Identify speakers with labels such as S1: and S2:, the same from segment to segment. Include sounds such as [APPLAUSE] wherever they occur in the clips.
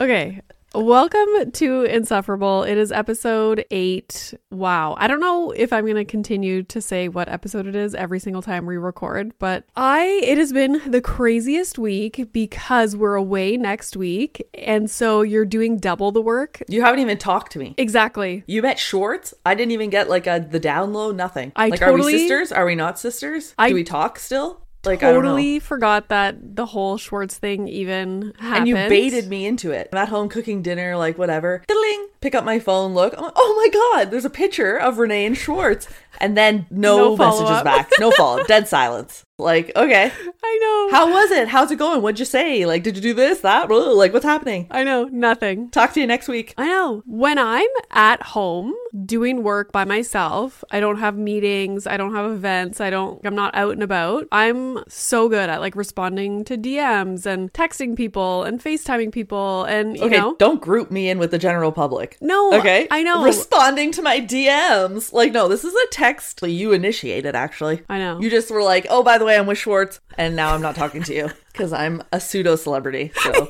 S1: Okay. Welcome to Insufferable. It is episode eight. Wow. I don't know if I'm going to continue to say what episode it is every single time we record, but I, it has been the craziest week because we're away next week. And so you're doing double the work.
S2: You haven't even talked to me.
S1: Exactly.
S2: You met Schwartz. I didn't even get like a the down low. Nothing.
S1: I
S2: like, are
S1: totally-
S2: we sisters? Are we not sisters?
S1: I
S2: Do we talk still? Like I don't know.
S1: totally forgot that the whole Schwartz thing even happened.
S2: And you baited me into it. I'm at home cooking dinner, like whatever. Diddling. Pick up my phone. Look. I'm like, oh my god. There's a picture of Renee and Schwartz. And then no,
S1: No follow-up.
S2: messages back. No
S1: [LAUGHS]
S2: follow. up. Dead silence. Like okay.
S1: I know.
S2: How was it? How's it going? What'd you say? Like did you do this? That? Blah, Like what's happening?
S1: I know. Nothing.
S2: Talk to you next week.
S1: I know. When I'm at home doing work by myself, I don't have meetings, I don't have events, I don't I'm not out and about. I'm so good at like responding to DMs and texting people and FaceTiming people and you
S2: Okay,
S1: know.
S2: don't group me in with the general public.
S1: No,
S2: Okay.
S1: Oh, I know.
S2: Responding to my DMs. Like, no, this is a text you initiated, actually.
S1: I know.
S2: You just were like, oh, by the way, I'm with Schwartz, and now I'm not talking
S1: [LAUGHS]
S2: to you because I'm a pseudo celebrity. So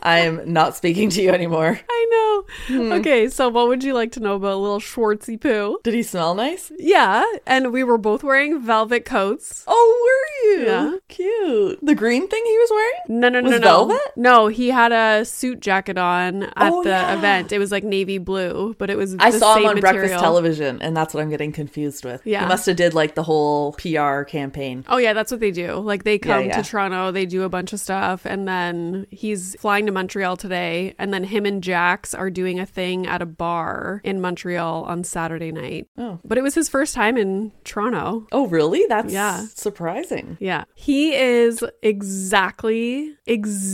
S2: I'm not speaking to you anymore.
S1: I know.
S2: Hmm.
S1: Okay, so what would you like to know about little Schwartzy poo?
S2: Did he smell nice?
S1: Yeah, and we were both wearing velvet coats.
S2: Oh, were you?
S1: Yeah.
S2: Cute. The green thing he was wearing?
S1: No, no, no,
S2: Was
S1: no.
S2: velvet?
S1: No, he had a suit jacket on at
S2: Oh,
S1: the
S2: yeah.
S1: event. It was like navy blue, but it was
S2: I
S1: the
S2: saw him
S1: same
S2: on breakfast
S1: material.
S2: television, and that's what I'm getting confused with.
S1: Yeah.
S2: He must have did like the whole PR campaign.
S1: Oh yeah, that's what they do. Like they come
S2: yeah.
S1: to Toronto, they do a bunch of stuff, and then he's flying to Montreal today, and then him and Jax are doing a thing at a bar in Montreal on Saturday night.
S2: Oh.
S1: But it was his first time in Toronto.
S2: Oh, really? That's
S1: Yeah.
S2: surprising.
S1: Yeah. He is exactly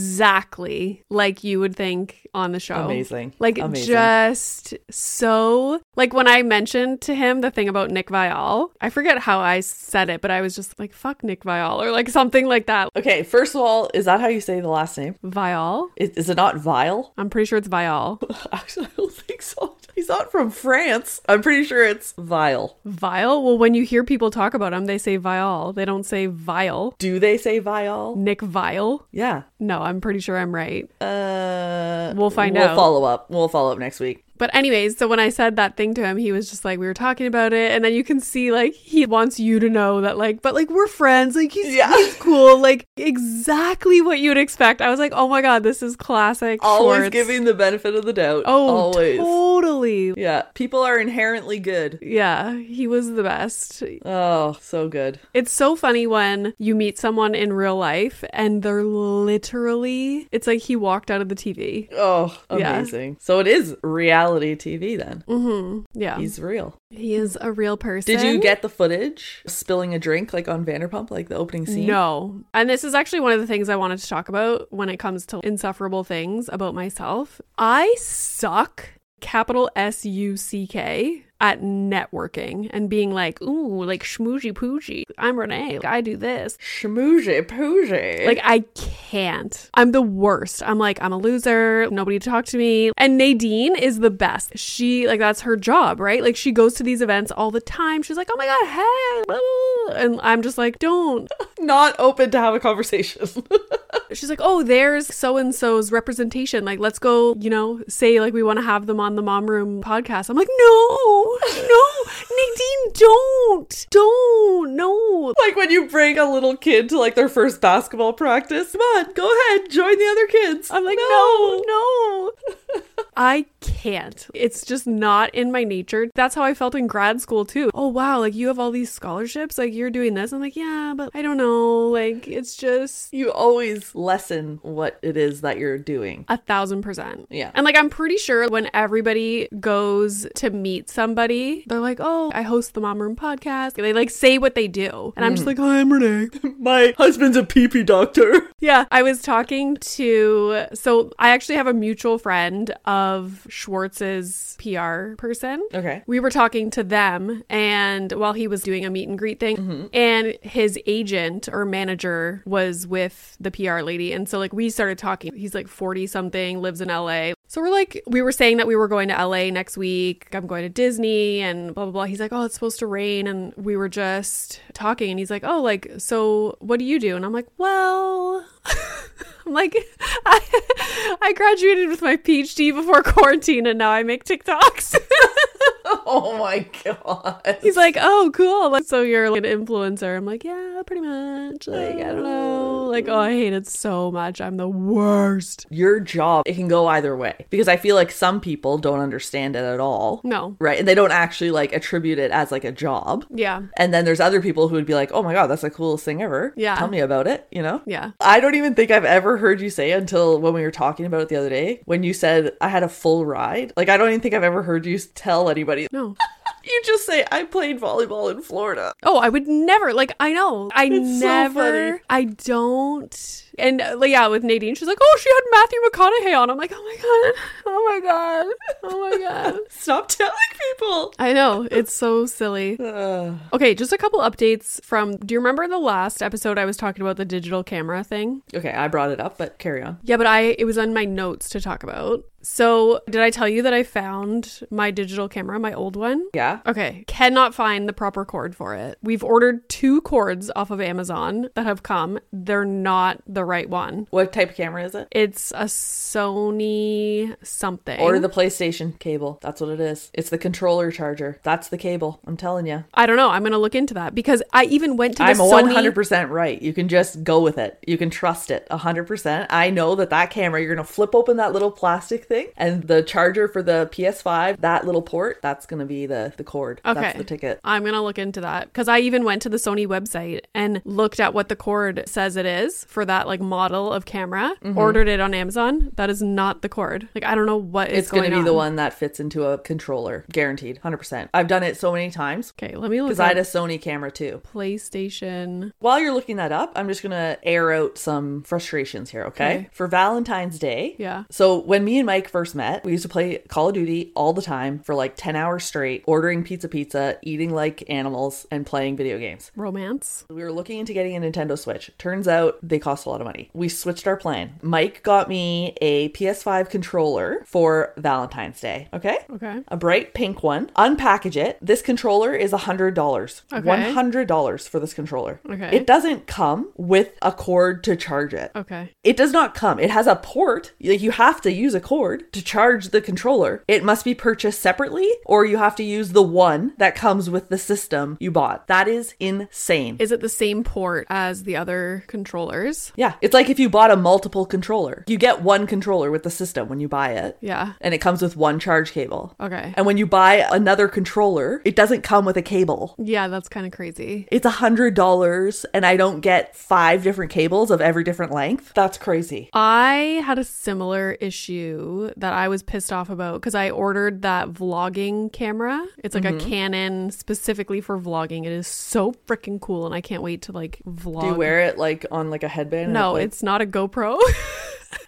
S1: exactly like you would think on the show.
S2: Amazing.
S1: Like
S2: Amazing.
S1: just so like when I mentioned to him the thing about Nick Vial, I forget how I said it, but I was just like fuck Nick Vial or like something like that.
S2: Okay, first of all, is that how you say the last name?
S1: Vial?
S2: Is, is it not Vile? [LAUGHS]
S1: I'm pretty sure it's Vial.
S2: Actually, I don't think so. He's not from France. I'm pretty sure it's Vile.
S1: Vial? Well, when you hear people talk about him, they say Vial. They don't say Vial.
S2: Do they say Vile?
S1: Nick Vial?
S2: Yeah.
S1: No, I'm pretty sure I'm right.
S2: Uh,
S1: We'll find out.
S2: We'll follow up. We'll follow up
S1: [LAUGHS]
S2: next week.
S1: But anyways, so when I said that thing to him, he was just like, we were talking about it, and then you can see like he wants you to know that like, but like we're friends, like he's,
S2: Yeah.
S1: he's cool, like exactly what you'd expect. I was like, oh my god, this is classic.
S2: Always
S1: Schwartz.
S2: giving the benefit of the doubt.
S1: oh
S2: always.
S1: totally,
S2: yeah. People are inherently good.
S1: yeah, he was the best.
S2: Oh, so good.
S1: It's so funny when you meet someone in real life and they're literally, it's like he walked out of the TV.
S2: Oh,
S1: Yeah.
S2: amazing. So it is reality TV then.
S1: Mm-hmm. Yeah.
S2: He's real.
S1: he is a real person.
S2: Did you get the footage spilling a drink like on Vanderpump, like the opening scene?
S1: No. And this is actually one of the things I wanted to talk about when it comes to insufferable things about myself. I suck, capital S U C K, at networking and being like, ooh, like schmoozy poozy. I'm Renee. I do this.
S2: Shmoozy poozy.
S1: Like, I can't. I'm the worst. I'm like, I'm a loser. Nobody to talk to me. And Nadine is the best. She, like, that's her job, right? Like, she goes to these events all the time. She's like, oh my God, hey. blah, blah, blah." And I'm just like, don't.
S2: not open to have a conversation. [LAUGHS]
S1: she's like, oh, there's so and so's representation. Like, let's go, you know, say like we want to have them on the Mom Room podcast. I'm like, no, no, Nadine, don't, don't, no.
S2: like when you bring a little kid to like their first basketball practice. Come on, go ahead, join the other kids.
S1: I'm like, no, no. I can't. It's just not in my nature. That's how I felt in grad school too. Oh wow, like you have all these scholarships, like you're doing this. I'm like, yeah, but I don't know. Like it's just
S2: [LAUGHS] You always lessen what it is that you're doing.
S1: A thousand percent.
S2: Yeah.
S1: And like, I'm pretty sure when everybody goes to meet somebody, they're like, oh, I host the Mom Room podcast. They like say what they do. And I'm just like, hi, I'm Renee. [LAUGHS]
S2: My husband's a pee-pee doctor. [LAUGHS]
S1: yeah. I was talking to, so I actually have a mutual friend of Schwartz's PR person.
S2: Okay.
S1: We were talking to them, and while he was doing a meet and greet thing, and his agent or manager was with the PR lady. And so, like, we started talking. He's like 40 something, lives in LA. So, we're like, we were saying that we were going to LA next week. I'm going to Disney and blah, blah, blah. He's like, oh, it's supposed to rain. And we were just talking, and he's like, oh, like, [LAUGHS] so what do you do? And I'm like, well, I'm like, [LAUGHS] I, I graduated with my PhD before quarantine and now I make TikToks. [LAUGHS]
S2: Oh my god.
S1: He's like, oh, cool. Like, so you're like an influencer. I'm like, yeah, pretty much. Like, I don't know. Like, oh, I hate it so much. I'm the worst.
S2: Your job, it can go either way because I feel like some people don't understand it at all.
S1: No.
S2: Right? And they don't actually like attribute it as like a job.
S1: Yeah.
S2: And then there's other people who would be like, "Oh my god, that's the coolest thing ever."
S1: Yeah.
S2: Tell me about it, you know?
S1: Yeah.
S2: I don't even think I've ever heard you say until when we were talking about it the other day when you said I had a full ride. Like I don't even think I've ever heard you tell anybody.
S1: No.
S2: You just say I played volleyball in Florida.
S1: Oh, I would never. Like, I know. I
S2: It's so
S1: never.
S2: funny.
S1: I don't. And uh, like, yeah, with Nadine, she's like, oh, she had Matthew McConaughey on. I'm like, oh my God. Oh my God. Oh my God.
S2: Stop telling people.
S1: I know. It's so silly.
S2: Ugh.
S1: Okay, just a couple updates from. Do you remember the last episode I was talking about the digital camera thing?
S2: okay, I brought it up, but carry on.
S1: Yeah, but I it was on my notes to talk about. So, did I tell you that I found my digital camera, my old one?
S2: Yeah.
S1: Okay, cannot find the proper cord for it. We've ordered two cords off of Amazon that have come. They're not the right one.
S2: What type of camera is it?
S1: It's a Sony something.
S2: Order the PlayStation cable. That's what it is. It's the controller charger. That's the cable. I'm telling you.
S1: I don't know. I'm going to look into that because I even went to the
S2: I'm
S1: Sony
S2: 100% right. You can just go with it. You can trust it 100%. I know that that camera, you're going to flip open that little plastic thing and the charger for the PS5, that little port, that's going to be the, the cord. That's the ticket.
S1: I'm going to look into that because I even went to the Sony website and looked at what the cord says it is for that like model of camera,
S2: Mm-hmm.
S1: ordered it on Amazon. That is not the cord. Like, I don't know what is
S2: It's going to be
S1: on.
S2: the one that fits into a controller. Guaranteed. 100%. I've done it so many times
S1: Okay, let me look
S2: because I
S1: at
S2: had a Sony camera too.
S1: PlayStation.
S2: While you're looking that up, I'm just going to air out some frustrations here, okay?
S1: Okay.
S2: For Valentine's Day.
S1: Yeah.
S2: So when me and Mike first met, we used to play Call of Duty all the time for like 10 hours straight, ordering pizza pizza, eating like animals, and playing video games.
S1: Romance.
S2: We were looking into getting a Nintendo Switch. Turns out they cost a lot of money. We switched our plan. Mike got me a PS5 controller for Valentine's Day, okay?
S1: Okay.
S2: a bright pink one. Unpackage it. This controller is $100.
S1: Okay.
S2: $100 for this controller.
S1: Okay.
S2: It doesn't come with a cord to charge it.
S1: Okay.
S2: It does not come. It has a port. Like you have to use a cord to charge the controller. It must be purchased separately or you have to use the one that comes with the system you bought. That is insane.
S1: Is it the same port as the other controllers?
S2: yeah, it's like if you bought a multiple controller. You get one controller with the system when you buy it.
S1: Yeah.
S2: And it comes with one charge cable.
S1: Okay.
S2: And when you buy another controller, it doesn't come with a cable.
S1: Yeah, that's kind of crazy.
S2: It's a hundred dollars, and I don't get five different cables of every different length. That's crazy.
S1: I had a similar issue that I was pissed off about because I ordered that vlogging camera. It's like
S2: Mm-hmm.
S1: a Canon specifically for vlogging. It is so freaking cool, and I can't wait to like vlog.
S2: Do you wear it like on like a headband?
S1: No,
S2: it's
S1: it's not a
S2: [LAUGHS]
S1: GoPro. [LAUGHS]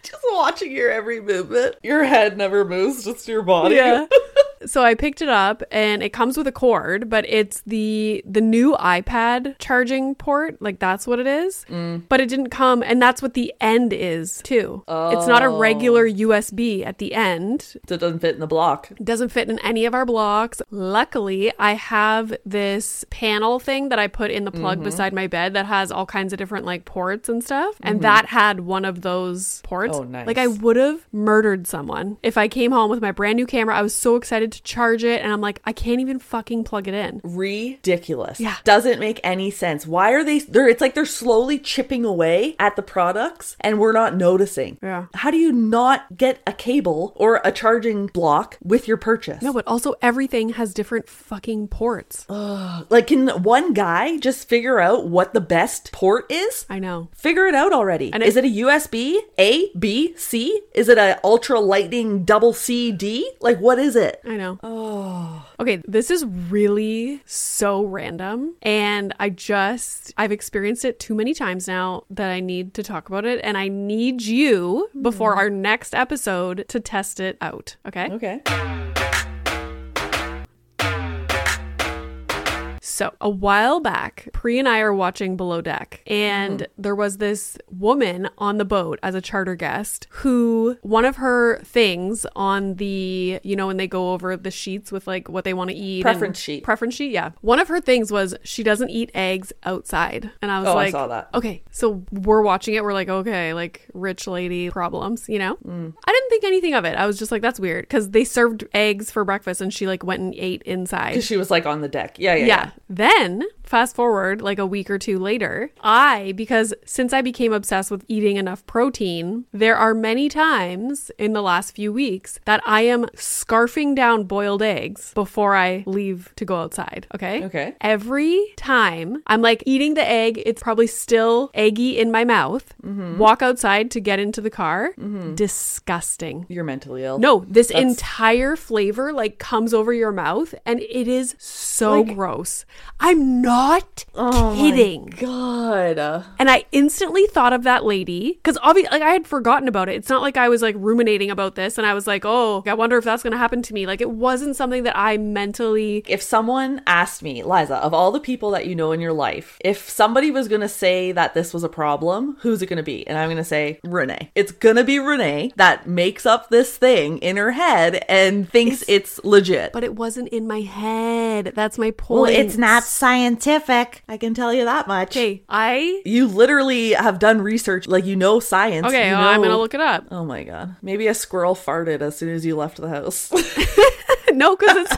S2: just watching your every movement. Your head never moves, just your body.
S1: so I picked it up and it comes with a cord, but it's the the new iPad charging port, like that's what it is.
S2: Mm.
S1: But it didn't come and that's what the end is too. It's not a
S2: Oh.
S1: regular USB at the end.
S2: so it doesn't fit in the block.
S1: It doesn't fit in any of our blocks. Luckily, I have this panel thing that I put in the
S2: Mm-hmm.
S1: plug beside my bed that has all kinds of different like ports and stuff. And that had one of those ports.
S2: Mm-hmm. Oh, nice.
S1: Like I would have murdered someone if I came home with my brand new camera. I was so excited to charge it and I'm like, I can't even fucking plug it in.
S2: Ridiculous.
S1: Yeah.
S2: Doesn't make any sense. Why are they they're it's like they're slowly chipping away at the products and we're not noticing.
S1: Yeah.
S2: How do you not get a cable or a charging block with your purchase?
S1: No, but also everything has different fucking ports.
S2: Like can one guy just figure out what the best port is?
S1: I know.
S2: Figure it out already.
S1: And
S2: is it a USB? A, B, C? Is it a ultra lightning double C D? Like what is it?
S1: I know. Oh. Okay, this is really so random. And I just, I've experienced it too many times now that I need to talk about it. And I need you before our next episode to test it out. Okay.
S2: Okay.
S1: So, a while back, Pri and I are watching Below Deck, and
S2: Mm-hmm.
S1: there was this woman on the boat as a charter guest who one of her things on the, you know, when they go over the sheets with like what they want to eat and-
S2: Preference sheet.
S1: Preference sheet, yeah. One of her things was she doesn't eat eggs outside. And I was
S2: Oh, I
S1: like,
S2: saw that.
S1: okay, so we're watching it. We're like, okay, like rich lady problems, you know?
S2: Mm.
S1: I didn't think anything of it. I was just like, that's weird because they served eggs for breakfast and she like went and ate inside.
S2: Because she was like on the deck. Yeah, yeah, yeah.
S1: Yeah. Then, fast forward like a week or two later, I, because since I became obsessed with eating enough protein, there are many times in the last few weeks that I am scarfing down boiled eggs before I leave to go outside. Okay.
S2: Okay.
S1: Every time I'm like eating the egg, it's probably still eggy in my mouth.
S2: Mm-hmm.
S1: Walk outside to get into the car. Disgusting.
S2: You're mentally ill.
S1: No, this
S2: That's-
S1: entire flavor like comes over your mouth and it is so
S2: Like- Oh
S1: gross. I'm not kidding.
S2: God. Uh,
S1: And I instantly thought of that lady cuz obviously like I had forgotten about it. It's not like I was like ruminating about this and I was like, "Oh, I wonder if that's going to happen to me." Like it wasn't something that I mentally
S2: If someone asked me, Liza, of all the people that you know in your life, if somebody was going to say that this was a problem, who's it going to be? And I'm going to say Renee. It's going to be Renee that makes up this thing in her head and thinks it's, legit.
S1: but it wasn't in my head. That's my point.
S2: well, it's not scientific. I can tell you that much.
S1: Okay, I
S2: You literally have done research, like you know science.
S1: Okay,
S2: you
S1: well, I'm
S2: know-
S1: going to look it up. [LAUGHS]
S2: Oh my god. Maybe a squirrel farted as soon as you left the house. [LAUGHS]
S1: no, cuz it's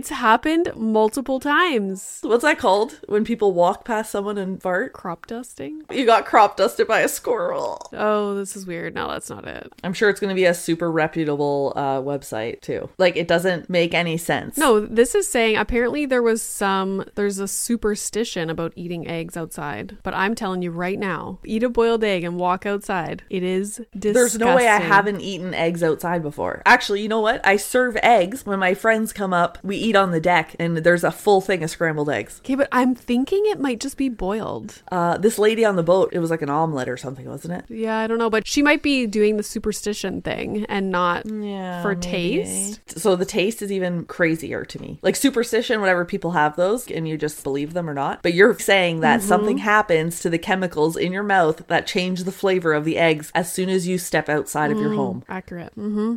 S1: it's happened multiple times.
S2: What's that called? When people walk past someone and fart?
S1: Crop dusting?
S2: You got crop dusted by a squirrel.
S1: Oh, this is weird. No, that's not it.
S2: I'm sure it's going to be a super reputable uh, website too. Like it doesn't make any sense.
S1: No, this is saying apparently there was some, there's a superstition about eating eggs outside. But I'm telling you right now, eat a boiled egg and walk outside. It is disgusting.
S2: There's no way I haven't eaten eggs outside before. Actually, you know what? I serve eggs when my friends come up. We eat on the deck, and there's a full thing of scrambled eggs.
S1: Okay, but I'm thinking it might just be boiled.
S2: Uh, this lady on the boat, it was like an omelet or something, wasn't it?
S1: Yeah, I don't know. But she might be doing the superstition thing and not
S2: Yeah,
S1: for
S2: maybe.
S1: taste.
S2: So the taste is even crazier to me. Like superstition, whatever people have those, and you just believe them or not. But you're saying that something happens to the chemicals in your mouth that change the flavor of the eggs as soon as you step outside of your home.
S1: Accurate. hmm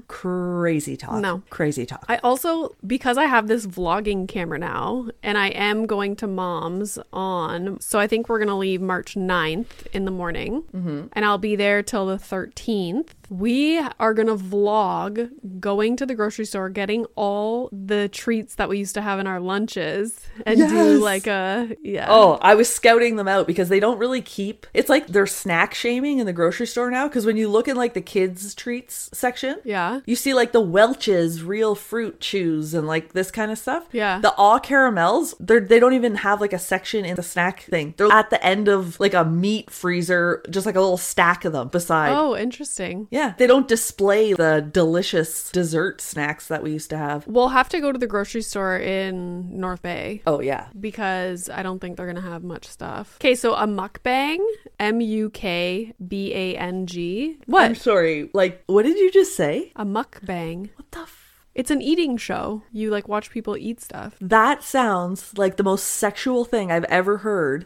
S2: Crazy talk.
S1: No.
S2: Crazy talk.
S1: I also, because I have this vlogging camera now and I am going to mom's on, so I think we're going to leave March 9th in the morning
S2: Mm-hmm.
S1: and I'll be there till the 13th. We are going to vlog going to the grocery store, getting all the treats that we used to have in our lunches and do
S2: Yes.
S1: like a, yeah.
S2: Oh, I was scouting them out because they don't really keep. It's like they're snack shaming in the grocery store now. Because when you look in like the kids' treats section,
S1: Yeah.
S2: you see like the Welch's real fruit chews and like this kind of stuff.
S1: Yeah.
S2: the all caramels, they're they don't even have like a section in the snack thing. They're at the end of like a meat freezer, just like a little stack of them beside.
S1: Oh, interesting.
S2: Yeah, they don't display the delicious dessert snacks that we used to have.
S1: We'll have to go to the grocery store in North Bay
S2: Oh yeah,
S1: because I don't think they're gonna have much stuff. Okay, so a mukbang, M U K B A N G.
S2: I'm
S1: What?
S2: sorry. Like, what did you just say?
S1: A mukbang.
S2: What the. F-
S1: It's an eating show. You like watch people eat stuff.
S2: That sounds like the most sexual thing I've ever
S1: [LAUGHS]
S2: heard.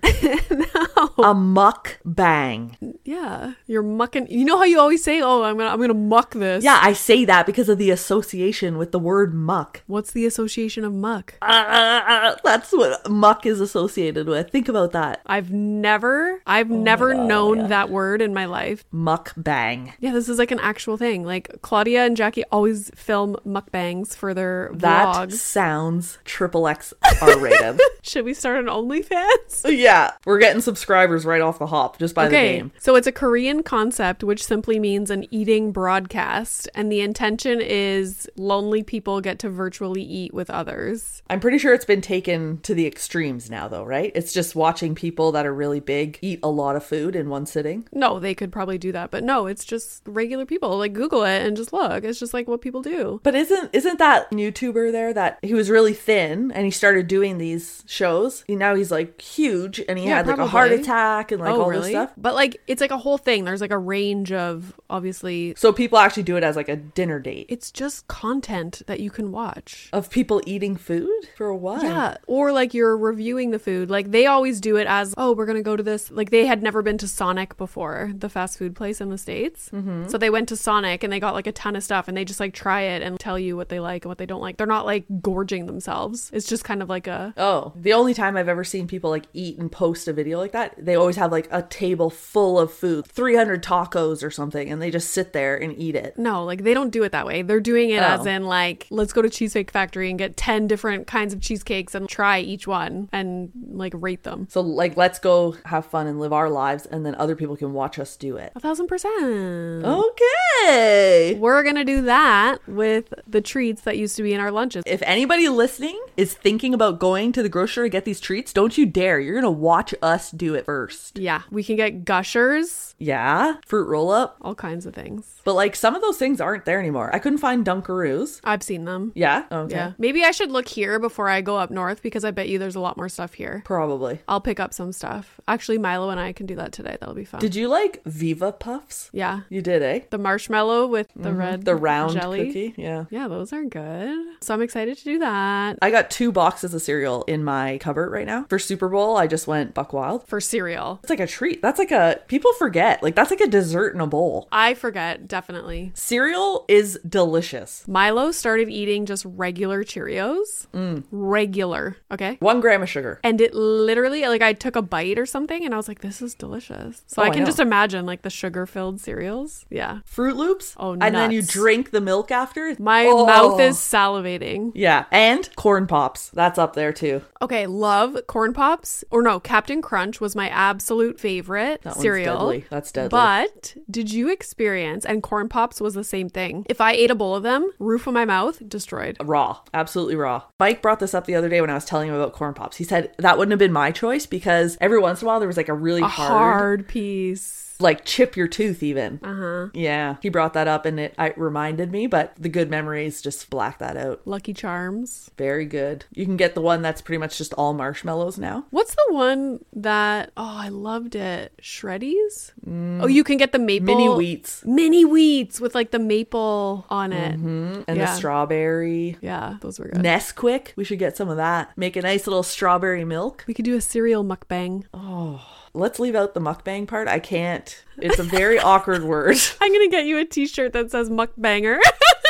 S2: A muck bang.
S1: Yeah, you're mucking. You know how you always say, "Oh, I'm gonna, I'm gonna muck this."
S2: Yeah, I say that because of the association with the word muck.
S1: What's the association of muck? Uh,
S2: Ah, that's what muck is associated with. Think about that.
S1: I've never,
S2: Oh
S1: I've never known that word in my life.
S2: Muck bang.
S1: Yeah, this is like an actual thing. Like Claudia and Jackie always film mukbangs for their
S2: That
S1: vlogs.
S2: sounds triple X R
S1: [LAUGHS]
S2: rated.
S1: Should we start an OnlyFans?
S2: yeah, we're getting subscribers right off the hop just by the
S1: Okay,
S2: name.
S1: so it's a Korean concept which simply means an eating broadcast, and the intention is lonely people get to virtually eat with others.
S2: I'm pretty sure it's been taken to the extremes now, though, right? It's just watching people that are really big eat a lot of food in one sitting.
S1: No, they could probably do that, but no, it's just regular people. Like Google it and just look. It's just like what people do.
S2: But isn't Isn't isn't that YouTuber there that he was really thin and he started doing these shows? He- Now he's like huge and he
S1: Yeah,
S2: had like a heart
S1: probably.
S2: attack and like all this stuff.
S1: Oh, But like it's like a whole thing. There's like a range of obviously
S2: So people actually do it as like a dinner date
S1: it's just content that you can watch.
S2: of people eating food for what?
S1: Yeah, or like you're reviewing the food. Like they always do it as, oh, we're gonna go to this. Like they had never been to Sonic before, the fast food place in the states. Mm-hmm. So they went to Sonic and they got like a ton of stuff, and they just like try it and tell you what they like and what they don't like. They're not like gorging themselves. It's just kind of like a
S2: Oh, the only time I've ever seen people like eat and post a video like that, they always have like a table full of food, 300 tacos or something, and they just sit there and eat it.
S1: no, like they don't do it that way. They're doing it
S2: Oh.
S1: as in like, let's go to Cheesecake Factory and get ten different kinds of cheesecakes and try each one and like rate them.
S2: So, like, let's go have fun and live our lives, and then other people can watch us do it.
S1: A thousand percent.
S2: Oh. Okay.
S1: We're gonna do that with the treats that used to be in our lunches.
S2: If anybody listening is thinking about going to the grocery to get these treats, don't you dare. You're going to watch us do it first.
S1: Yeah, we can get gushers,
S2: Yeah. Fruit roll up.
S1: all kinds of things.
S2: But, like, some of those things aren't there anymore. I couldn't find Dunkaroos.
S1: I've seen them.
S2: Yeah. Okay.
S1: Yeah. Maybe I should look here before I go up north because I bet you there's a lot more stuff here.
S2: Probably.
S1: I'll pick up some stuff. Actually, Milo and I can do that today. That'll be fun.
S2: Did you like Viva Puffs?
S1: yeah.
S2: You did, eh?
S1: The marshmallow with the red
S2: Mm-hmm. The round
S1: jelly.
S2: cookie. Yeah.
S1: Yeah, those are good. So I'm excited to do that.
S2: I got two boxes of cereal in my cupboard right now. For Super Bowl, I just went buck wild.
S1: For cereal.
S2: It's like a treat. That's like a people forget. Like that's like a dessert in a bowl.
S1: I forget, definitely.
S2: Cereal is delicious.
S1: Milo started eating just regular Cheerios.
S2: Mm.
S1: Regular. Okay.
S2: One gram of sugar.
S1: and it literally like i took a bite or something and i was like this is delicious so
S2: Oh,
S1: i
S2: I
S1: can
S2: know.
S1: just imagine like the sugar filled cereals yeah
S2: Fruit Loops.
S1: Oh,
S2: and then you
S1: nuts.
S2: drink the milk after.
S1: my
S2: Oh.
S1: mouth is salivating
S2: Yeah, and corn pops. That's up there too.
S1: okay love corn pops or no captain crunch was my absolute favorite
S2: That one's
S1: cereal
S2: deadly. That's deadly.
S1: But did you experience and corn pops was the same thing? If I ate a bowl of them, roof of my mouth destroyed.
S2: raw, absolutely raw. Mike brought this up the other day when I was telling him about corn pops. He said that wouldn't have been my choice because every once in a while there was like a really
S1: A
S2: hard
S1: hard piece.
S2: like chip your tooth even. Uh-huh. Yeah. He brought that up and it, it reminded me, but the good memories just black that out.
S1: Lucky Charms.
S2: Very good. You can get the one that's pretty much just all marshmallows now.
S1: What's the one that oh I loved it? Shreddies? Oh, you can get the maple
S2: Mm. Mini wheats
S1: Mini wheats with like the maple on it.
S2: and
S1: Yeah.
S2: the strawberry.
S1: Yeah, those were good.
S2: Nesquik. We should get some of that. Make a nice little strawberry milk.
S1: we could do a cereal mukbang.
S2: Let's leave out the mukbang part. I can't. It's a [LAUGHS] very awkward word.
S1: I'm gonna get you a T-shirt that says mukbanger. [LAUGHS]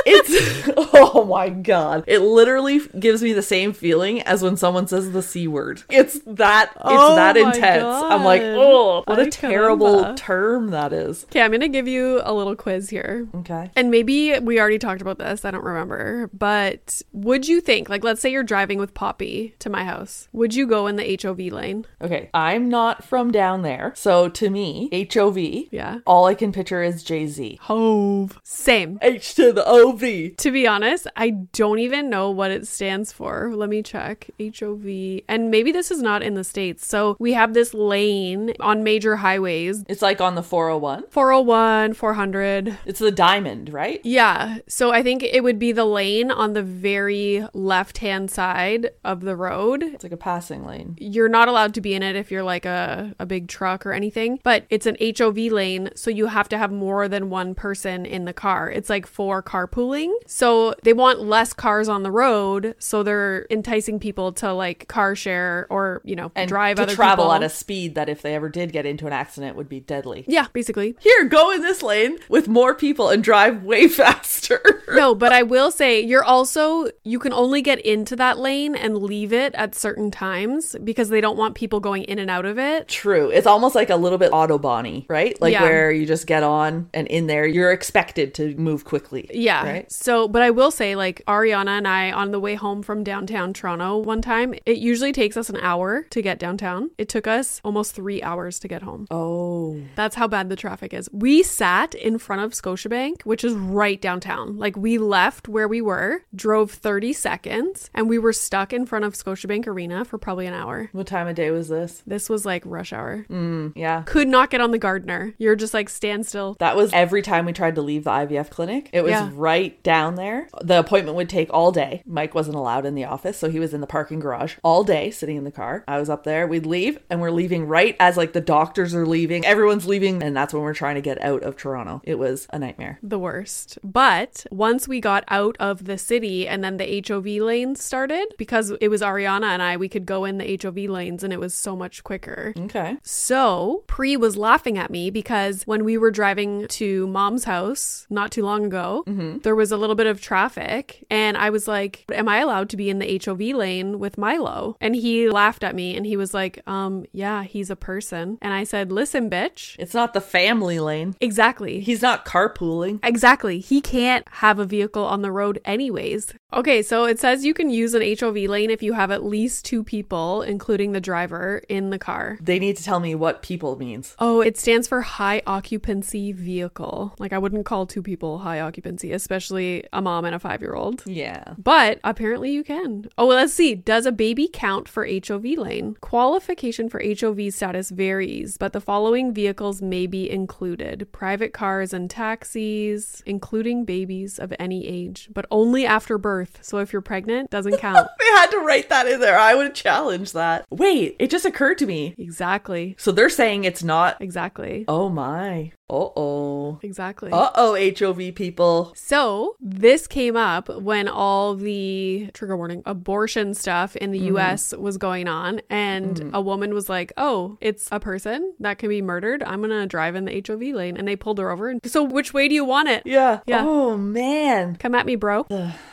S2: It's oh my god. It literally gives me the same feeling as when someone says the C word. It's that it's
S1: Oh
S2: that
S1: my
S2: intense. I'm like,
S1: God.
S2: oh what a
S1: I
S2: terrible
S1: remember.
S2: term that is.
S1: okay, I'm gonna give you a little quiz here.
S2: Okay.
S1: And maybe we already talked about this, I don't remember. But would you think, like, let's say you're driving with Poppy to my house, would you go in the HOV lane?
S2: Okay. I'm not from down there. So to me, H O V,
S1: Yeah.
S2: all I can picture is Jay Z.
S1: Hove. Same.
S2: H to the O V.
S1: To be honest, I don't even know what it stands for. Let me check. HOV. And maybe this is not in the States. So we have this lane on major highways
S2: It's like on the 401.
S1: 401, 400.
S2: It's the diamond, right?
S1: Yeah. So I think it would be the lane on the very left hand side of the road.
S2: It's like a passing lane.
S1: You're not allowed to be in it if you're like a, a big truck or anything, but it's an HOV lane. So you have to have more than one person in the car. It's like for carpooling. So they want less cars on the road. So they're enticing people to like car share or, you know,
S2: And
S1: drive
S2: to
S1: other
S2: travel
S1: people.
S2: at a speed that if they ever did get into an accident would be deadly.
S1: Yeah, basically.
S2: here, go in this lane with more people and drive way [LAUGHS] faster.
S1: No, but I will say you're also you can only get into that lane and leave it at certain times because they don't want people going in and out of it.
S2: True. It's almost like a little bit autobahny, right? Like
S1: Yeah.
S2: where you just get on and in there, you're expected to move quickly.
S1: Yeah.
S2: Right?
S1: So, but I will say, like, Ariana and I on the way home from downtown Toronto one time, it usually takes us an hour to get downtown. It took us almost three hours to get home.
S2: Oh.
S1: That's how bad the traffic is. We sat in front of Scotiabank, which is right downtown. Like we left where we were, drove 30 seconds, and we were stuck in front of Scotiabank Arena for probably an hour.
S2: What time of day was this?
S1: This was like rush hour.
S2: Mm, Yeah.
S1: Could not get on the gardener. You're just like stand still.
S2: That was every time we tried to leave the IVF clinic. It was
S1: Yeah.
S2: right right down there. The appointment would take all day. Mike wasn't allowed in the office, so he was in the parking garage all day sitting in the car. I was up there. We'd leave and we're leaving right as like the doctors are leaving. Everyone's leaving and that's when we're trying to get out of Toronto. It was a nightmare.
S1: the worst. But once we got out of the city and then the HOV lanes started, because it was Ariana and I, we could go in the HOV lanes and it was so much quicker.
S2: Okay.
S1: So, Pri was laughing at me because when we were driving to mom's house not too long ago, there was a little bit of traffic. And I was like, Am I allowed to be in the HOV lane with Milo? And he laughed at me and he was like, Um, yeah, he's a person. And I said, Listen, bitch.
S2: It's not the family lane.
S1: Exactly.
S2: He's not carpooling.
S1: Exactly. He can't have a vehicle on the road, anyways. Okay, so it says you can use an HOV lane if you have at least two people, including the driver, in the car.
S2: They need to tell me what people means.
S1: Oh, it stands for high occupancy vehicle. Like, I wouldn't call two people high occupancy, especially a mom and a five year old.
S2: Yeah.
S1: But apparently you can. Oh, well, let's see. Does a baby count for HOV lane? Qualification for HOV status varies, but the following vehicles may be included private cars and taxis, including babies of any age, but only after birth. So if you're pregnant, doesn't
S2: [LAUGHS]
S1: count.
S2: They had to write that in there. I would challenge that. Wait, it just occurred to me.
S1: exactly.
S2: So they're saying it's not.
S1: Exactly.
S2: Oh my. Uh oh.
S1: Exactly.
S2: Uh oh, HOV people.
S1: So, this came up when all the trigger warning abortion stuff in the US was going on. And a woman was like, Oh, it's a person that can be murdered. I'm going to drive in the HOV lane. And they pulled her over. And so, which way do you want it?
S2: Yeah.
S1: Yeah.
S2: Oh man.
S1: Come at me, bro.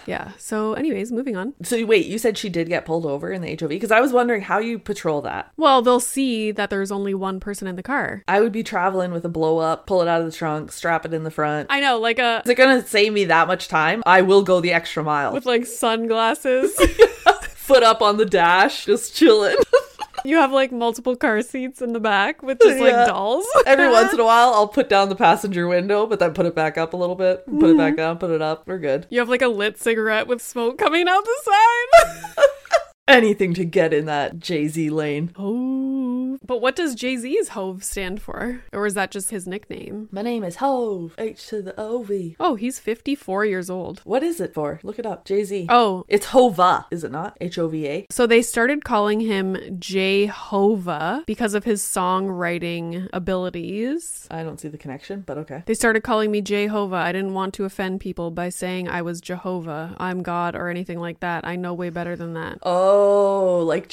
S1: Yeah. So, anyways, moving on.
S2: So wait, you said she did get pulled over in the HOV? Because I was wondering how you patrol that.
S1: Well, they'll see that there's only one person in the car.
S2: I would be traveling with a blow up, pull it out of the trunk, strap it in the front.
S1: I know, like a
S2: Is it gonna save me that much time? I will go the extra mile.
S1: with like sunglasses. [LAUGHS]
S2: Foot up on the dash, just chilling.
S1: you have like multiple car seats in the back with just like
S2: Yeah.
S1: dolls.
S2: Every once in a while, I'll put down the passenger window, but then put it back up a little bit, put it back down, put it up. We're good.
S1: You have like a lit cigarette with smoke coming out the side. [LAUGHS]
S2: Anything to get in that Jay Z lane.
S1: Oh. But what does Jay Z's Hove stand for? Or is that just his nickname?
S2: My name is Hove, H to the O V.
S1: Oh, he's 54 years old.
S2: What is it for? Look it up. Jay Z.
S1: Oh,
S2: It's Hova, is it not? H O V A.
S1: so they started calling him Jehovah because of his songwriting abilities.
S2: I don't see the connection, but okay.
S1: They started calling me Jehovah. I didn't want to offend people by saying I was Jehovah, I'm God, or anything like that. I know way better than that.
S2: Oh, like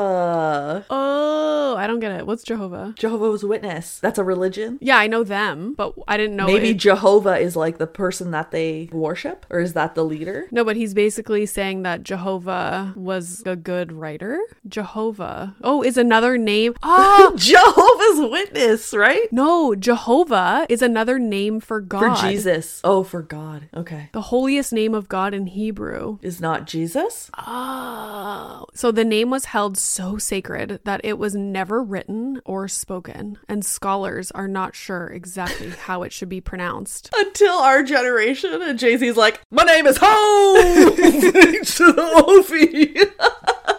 S2: Jehovah.
S1: Oh, I don't get it. What's Jehovah?
S2: Jehovah's Witness. That's a religion.
S1: Yeah, I know them, but I didn't know
S2: Maybe
S1: it-
S2: Jehovah is like the person that they worship, or is that
S1: [LAUGHS]
S2: the leader?
S1: No, but he's basically saying that Jehovah was a good writer. Jehovah. Oh, is another name. [GASPS] Ah,
S2: Oh, Jehovah's Witness, right?
S1: no, Jehovah is another name for
S2: For
S1: God.
S2: Jesus. Oh, for God. Okay.
S1: The holiest name of God in Hebrew.
S2: Is not Jesus?
S1: Oh. So the name was held so sacred that it was never written or spoken, and scholars are not sure exactly how it should be pronounced.
S2: Until our generation, and Jay Z's like, My name is Ho! to the Wolfie.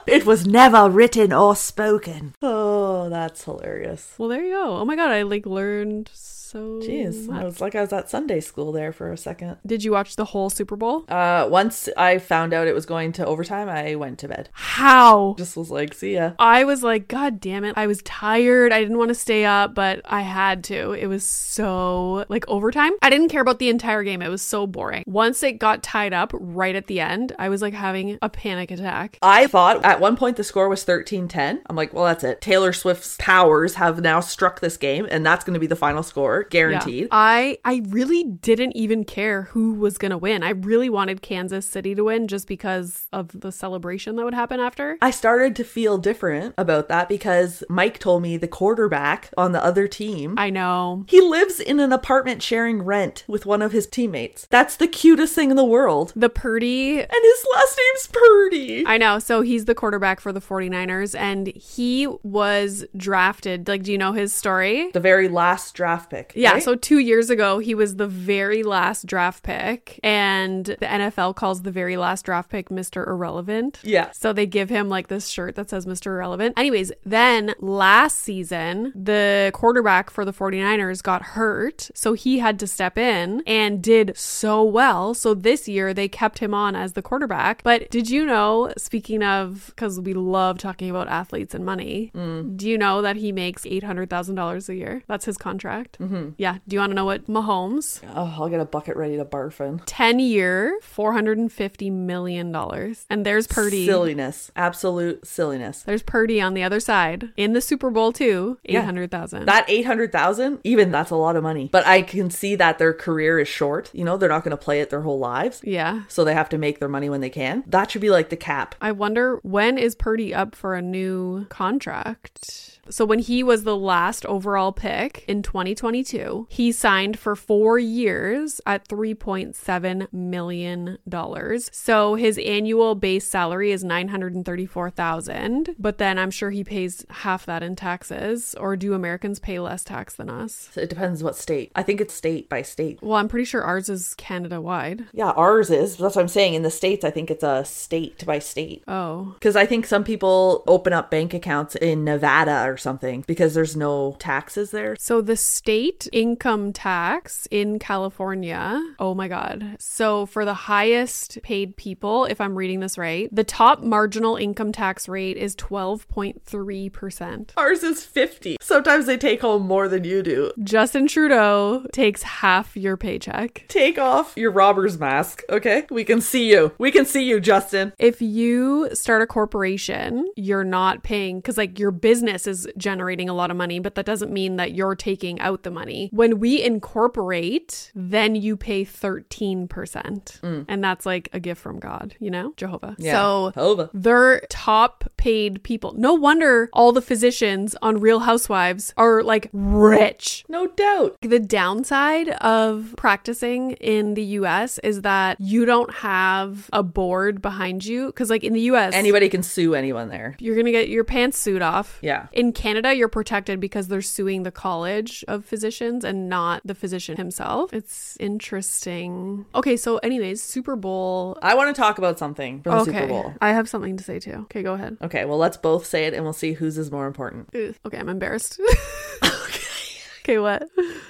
S2: [LAUGHS] it was never written or spoken. Oh, that's hilarious.
S1: Well, there you go. Oh my god, I like learned so
S2: Jeez, I
S1: much.
S2: was like I was at Sunday school there for a second.
S1: Did you watch the whole Super Bowl?
S2: Uh, once I found out it was going to overtime, I went to bed.
S1: How?
S2: Just was like, see ya.
S1: I was like, God damn it. I was tired. I didn't want to stay up, but I had to. It was so like overtime. I didn't care about the entire game. It was so boring. Once it got tied up right at the end, I was like having a panic attack.
S2: I thought at one point the score was 13-10. I'm like, well, that's it. Taylor Swift's powers have now struck this game, and that's going to be the final score,
S1: Yeah.
S2: guaranteed.
S1: I I really didn't even care who was going to win. I really wanted Kansas City to win just because of the celebration that would happen after.
S2: I started to feel different about that because Mike told me the quarterback on the other team.
S1: I know.
S2: he lives in an apartment sharing rent with one of his teammates. That's the cutest thing in the world.
S1: The Purdy
S2: And his last name's Purdy.
S1: I know. So he's the quarterback for the 49ers and he was drafted. Like, do you know his story?
S2: the very last draft pick. pick.
S1: Yeah,
S2: right?
S1: so two years ago, he was the very last draft pick, and the NFL calls the very last draft pick Mr. Irrelevant.
S2: Yeah.
S1: So they give him like this shirt that says Mr. Irrelevant. Anyways, then last season, the quarterback for the 49ers got hurt, so he had to step in and did so well. So this year, they kept him on as the quarterback. But did you know, speaking of, because we love talking about athletes and money, do you know that he makes $800,000 a year? That's his contract. Mm-hmm. Yeah. Do you want to know what Mahomes?
S2: Oh, I'll get a bucket ready to barf in.
S1: 10 year, $450 million. And there's Purdy.
S2: Silliness. Absolute silliness.
S1: There's Purdy on the other side in the Super Bowl too,
S2: Yeah.
S1: eight hundred thousand.
S2: That 800,000, even that's a lot of money. But I can see that their career is short. You know, they're not going to play it their whole lives.
S1: yeah.
S2: So they have to make their money when they can. That should be like the cap.
S1: I wonder when is Purdy up for a new contract? So when he was the last overall pick in 2022, he signed for 4 years at 3.7 million dollars. So his annual base salary is 934,000, but then I'm sure he pays half that in taxes or do Americans pay less tax than us?
S2: So it depends what state. I think it's state by state.
S1: Well, I'm pretty sure ours is Canada wide.
S2: Yeah, ours is. That's what I'm saying. In the States, I think it's a state by state.
S1: Oh,
S2: Because I think some people open up bank accounts in Nevada or something because there's no taxes there.
S1: So the state income tax in California, oh my God. So for the highest paid people, if I'm reading this right, the top marginal income tax rate is 12.3%.
S2: Ours is 50. Sometimes they take home more than you do.
S1: Justin Trudeau takes half your paycheck.
S2: Take off your robber's mask, okay? We can see you. We can see you, Justin.
S1: If you start a corporation, you're not paying because, like, your business is generating a lot of money, but that doesn't mean that you're taking out the money. When we incorporate, then you pay 13%. And that's like a gift from God, you know, Jehovah. So
S2: Hova.
S1: they're top paid people. No wonder all the physicians on Real Housewives are like rich.
S2: No doubt.
S1: The downside of practicing in the US is that you don't have a board behind you. Because, like, in the US,
S2: Anybody can sue anyone there.
S1: you're going to get your pantsuit off.
S2: Yeah.
S1: In Canada, you're protected because they're suing the college of physicians and not the physician himself. It's interesting. Okay, so, anyways, Super Bowl.
S2: I want to talk about something from the
S1: Okay.
S2: Super Bowl.
S1: I have something to say too. Okay, go ahead.
S2: Okay, well, let's both say it and we'll see whose is more important.
S1: Ugh. Okay, I'm
S2: [LAUGHS]
S1: embarrassed. [LAUGHS] okay, what?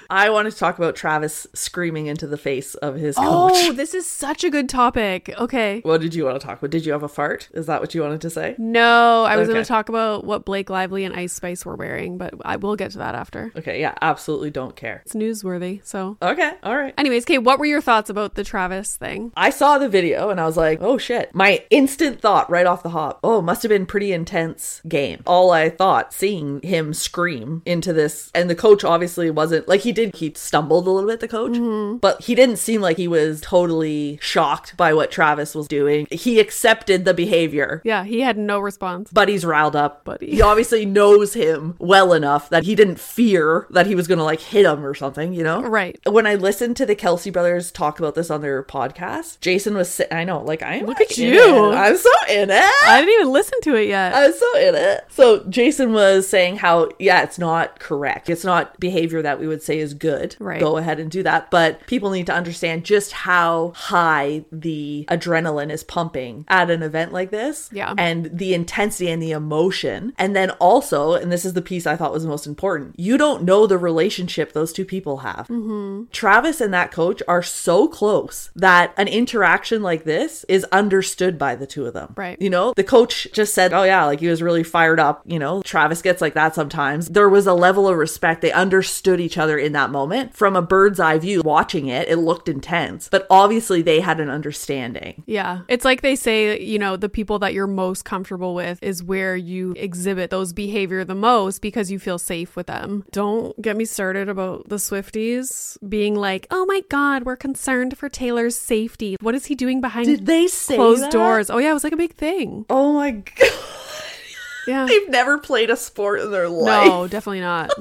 S2: I want to talk about Travis screaming into the face of his coach.
S1: Oh, this is such a good topic. Okay.
S2: [LAUGHS] What did you want to talk about? Did you have a fart? Is that what you wanted to say?
S1: No, I was going
S2: Okay.
S1: to talk about what Blake Lively and Ice Spice were wearing, but I will get to that after.
S2: Okay, yeah, absolutely don't care.
S1: It's newsworthy. So,
S2: Okay, all right.
S1: anyways, Kate, what were your thoughts about the Travis thing?
S2: I saw the video and I was like, oh shit. My instant thought right off the hop, oh, must have been pretty intense game. All I thought seeing him scream into this and the coach obviously wasn't like he did he stumbled a little bit the coach, but he didn't seem like he was totally shocked by what Travis was doing. He accepted the behavior.
S1: Yeah, he had no response.
S2: Buddy's riled up.
S1: Buddy.
S2: He obviously knows him well enough that he didn't fear that he was going to like hit him or something, you know?
S1: Right.
S2: When I listened to the Kelsey brothers talk about this on their podcast, Jason was si- I know, like I'm
S1: Look at
S2: in
S1: you.
S2: it. I'm so in it.
S1: I didn't even listen to it yet.
S2: I'm so in it. So Jason was saying how yeah, it's not correct. It's not behavior that we would say is good.
S1: Right.
S2: Go ahead and do that, but people need to understand just how high the adrenaline is pumping at an event like this.
S1: Yeah.
S2: And the intensity and the emotion. And then also, and this is the piece I thought was most important, you don't know the relationship those two people have. Travis and that coach are so close that an interaction like this is understood by the two of them.
S1: Right.
S2: You know, the coach just said, oh, yeah, like he was really fired up. You know, Travis gets like that sometimes. There was a level of respect. They understood each other in that moment. From a bird's eye view, watching it, it looked intense, but obviously they had an understanding.
S1: yeah. It's like they say, you know, the people that you're most comfortable with is where you exhibit those behavior the most because you feel safe with them. Don't get me started about the Swifties being like, oh my God, we're concerned for Taylor's safety. What is he doing behind
S2: Did they say
S1: closed
S2: that?
S1: doors? Oh, yeah. It was like a big thing.
S2: Oh my [LAUGHS] God.
S1: Yeah.
S2: They've never played a sport in their life.
S1: No, definitely not.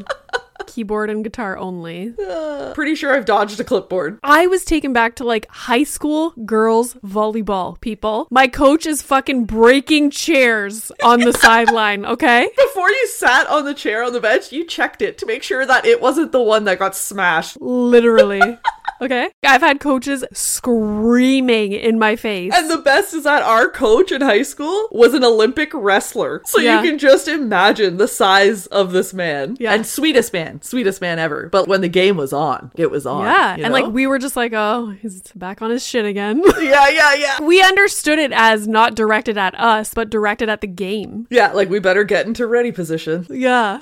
S1: keyboard and guitar only.
S2: Uh, pretty sure I've dodged a clipboard.
S1: I was taken back to like high school girls volleyball people. My coach is fucking breaking chairs on the sideline, okay?
S2: Before you sat on the chair on the bench, you checked it to make sure that it wasn't the one that got smashed.
S1: Literally. Okay. I've had coaches screaming in my face.
S2: And the best is that our coach in high school was an Olympic wrestler. So
S1: Yeah.
S2: you can just imagine the size of this man.
S1: Yeah.
S2: And sweetest man, sweetest man ever. But when the game was on, it was on.
S1: yeah.
S2: you
S1: And
S2: know?
S1: like we were just like, oh, he's back on his shit again. [LAUGHS]
S2: Yeah, yeah, yeah.
S1: we understood it as not directed at us, but directed at the game.
S2: Yeah, like we better get into ready position.
S1: Yeah.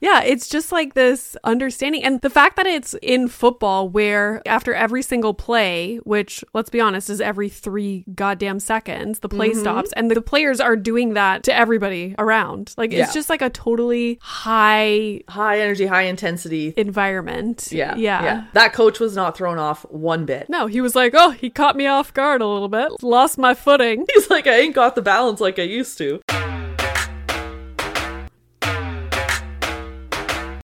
S1: Yeah, it's just like this understanding. And the fact that it's in football, where after every single play, which let's be honest is every three goddamn seconds, the
S2: Mm-hmm.
S1: play stops, and the players are doing that to everybody around. Like,
S2: Yeah.
S1: it's just like a totally high
S2: High energy, high intensity.
S1: environment.
S2: Yeah,
S1: yeah.
S2: That coach was not thrown off one bit. [LAUGHS]
S1: No, he was like, oh, he caught me off guard a little bit, lost my footing.
S2: He's like, I ain't got the balance like I used to.